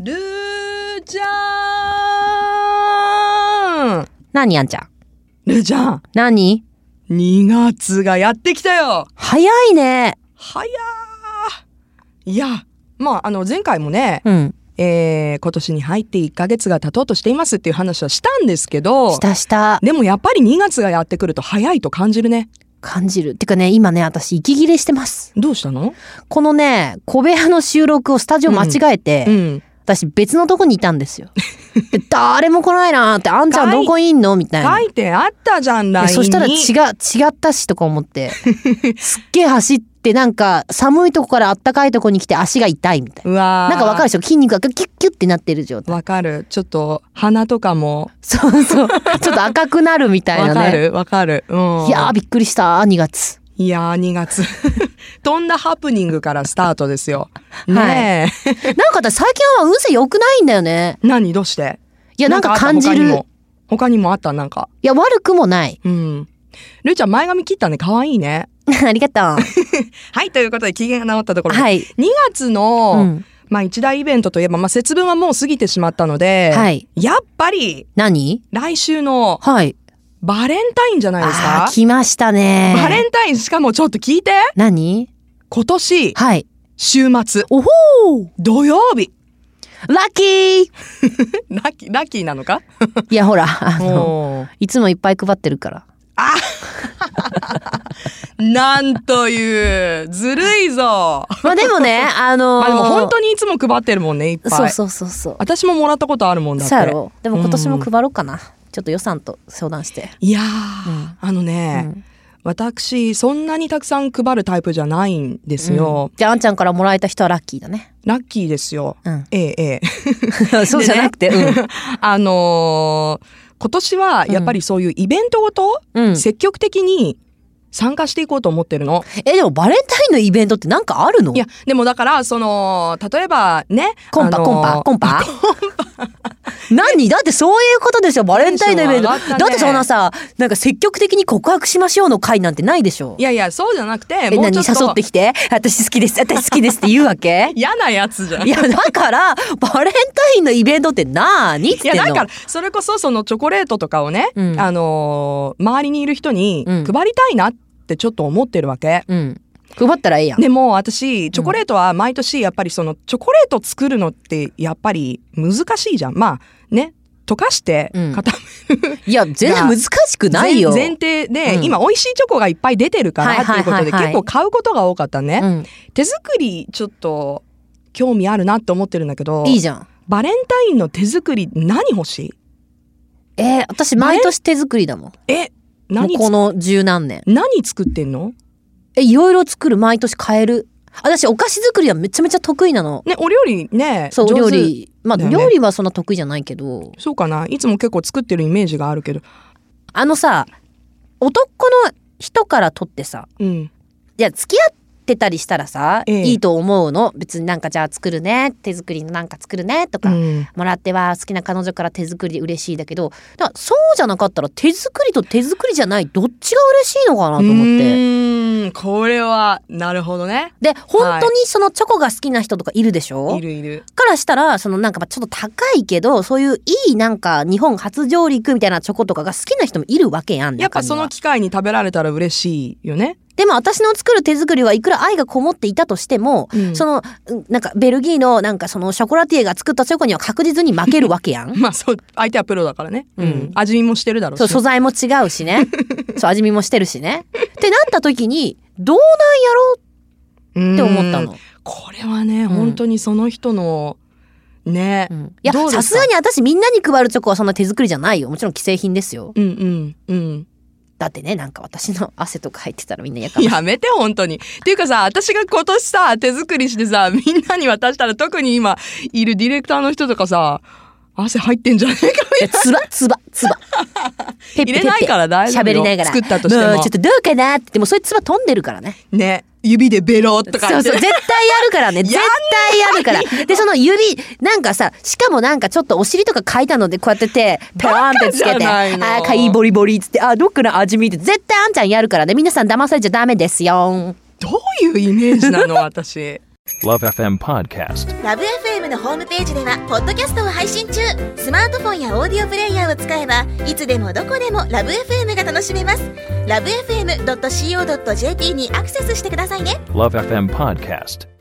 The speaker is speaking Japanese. ルージャーン何あんちゃんルージャーン何 !2 月がやってきたよ早いね早ーいや、まあ、あの、前回もね、うんえー、今年に入って1ヶ月が経とうとしていますっていう話はしたんですけどし、たしたでもやっぱり2月がやってくると早いと感じるね。感じるてかね今ね私息切れしてますどうしたのこのね小部屋の収録をスタジオ間違えて、うん。私別のとこにいたんです よで誰も来ないなーってあんちゃんどこいんのみたいな書いてあったじゃん、LINE でに。そしたら違う違ったしとか思って すっげえ走ってなんか寒いとこからあったかいとこに来て足が痛いみたいうわなーなんかわかるでしょ筋肉がキュッキュッってなってる状態わかる。ちょっと、鼻とかも。そう そうちょっと赤くなるみたいわなかねるわかる。うん。いやーびっくりした2月いやー、2月。 とんだハプニングからスタートですよ。ねえ。なんか私最近は運勢良くないんだよね何どうしていやなんか感じるなんかあった他にも他にもあったなんか。いや悪く もないうん。ルーちゃん前髪切ったね。可愛いね。ありがとはい、ということで機嫌が治ったとこうろで。 はい、 2月うの、ん、まあ一大イベントといえば、まあ節分はもう過ぎてしまったので、はいやっぱり何来週のはいバレンタインじゃないですあかー来ましたねバレンタインしかもちょっと聞いて何今年はい週末おほー土曜日 ラッキーラッキーラッキーな のかいやほらあのおーいつもいっぱい配って るから。なんというずるいぞまあでもね、あのー、まあでも本当にいつも配ってるもんねいっぱいそうそうそうそう。私ももらったことあるもんだっそうやてろでも今年も配ろうかな。ちょっと予算と相談して。いやー、うんあのね、うん私そんなにたくさん配るタイプじゃないんですよ、じゃああんちゃんからもらえた人はラッキーだね。ラッキーですよ うん。ええええ そうじゃなくて、 あのー今年はやっぱりそういうイベントごとうん。うん。積極的に参加していこうと思ってるの、え、でもバレンタインのイベントってなんかあるのいやでもだからその例えばねコンパ、あのーコンパ、コンパ。 何だってそういうことでしょバレンタインのイベント。テンション上がったねだってそんなさ、なんか積極的に告白しましょうの会なんてないでしょいやいやそうじゃなくてえ、もう何ち誘ょっっとてきて私好きです、私好きですって言うわけ 嫌なやつじゃんいやだからバレンタインのイベントってなーにっつっいてやんのだからそれこそそのチョコレートとかをね、うんあのー周りにいる人にうん配りたいなってちょっと思ってるわけ。うん配ったらええやんでも私チョコレートは毎年やっぱりそのチョコレート作るのってやっぱり難しいじゃん。まあね溶かしてうん固いや全然難しくないよ前前提で、うん今美味しいチョコがいっぱい出てるかはらいってはいいうこはいはいとで結構買うことが多かったね。うん手作りちょっと興味あるなって思ってるんだけどいいじゃんバレンタインの手作り何欲しいえー、私毎年手作りだもんえもう何この十何年何作ってんのえいろいろ作る毎年変える私お菓子作りはめちゃめちゃ得意なのねお料理ねそうお上手料理まあ、だよね料理はそんな得意じゃないけどそうかないつも結構作ってるイメージがあるけどあのさ男の人からとってさうんいや付き合ってたりしたらさ、ええいいと思うの別になんかじゃあ作るね手作りのなんか作るねとうか、んもらっては好きな彼女から手作りで嬉しいだけどだからそうじゃなかったら手作りと手作りじゃないどっちが嬉しいのかなと思って。てこれはなるほどねで本当にそのチョコが好きな人とかいるでしょ、いるいるからしたらそのなんかまあちょっと高いけどそういういいなんか日本初上陸みたいなチョコとかが好きな人もいるわけやんやっぱそ中にはの機会に食べられたら嬉しいよね、 でも私の作る手作りはいくら愛がこもっていたとしても、うんそのうんなんかベルギーのなんかそのショコラティエが作ったチョコには確実に負けるわけやん。まあそう相手はプロだからね、うん味見もしてるだろうしそう素材も違う しねそう味見もしてるしね。ってなった時にどうなんっやろって思ったの。これはね本当にその人のね、うんいやどうですさかすがに私みんなに配るチョコはそんな手作りじゃないよもちろん既製品ですよ。うん、うんうんだってねなんか私の汗とか入ってたらみんな嫌かも。 やめて本当にっていうかさ私が今年さ手作りしてさみんなに渡したら特に今いるディレクターの人とかさ汗入ってんじゃねえかみいやつばつば つば。たいなペッ入れないから大丈夫喋よりながら。作ったとしてもうもちょっとどうかなってでもそういうつば飛んでるからね。ね指でベロとかそうそうや絶って対やるからねんない絶対やるからでその指なんかさしかもなんかちょっとお尻とか書いたのでこうやっててペローンってつけバカてじゃあないのーかいボリボリっつってあーどっかの味見って絶対あんちゃんやるからね皆さん騙されちゃダメですよどういうイメージなの私 Love FM Podcast. ラブ f m のホームページではポッドキャストを配信中スマートフォンやオーディオプレイヤーを使えばいつでもどこでもラブ f m が楽しめますラブ FM.co.jp にアクセスしてくださいね Love FM Podcast.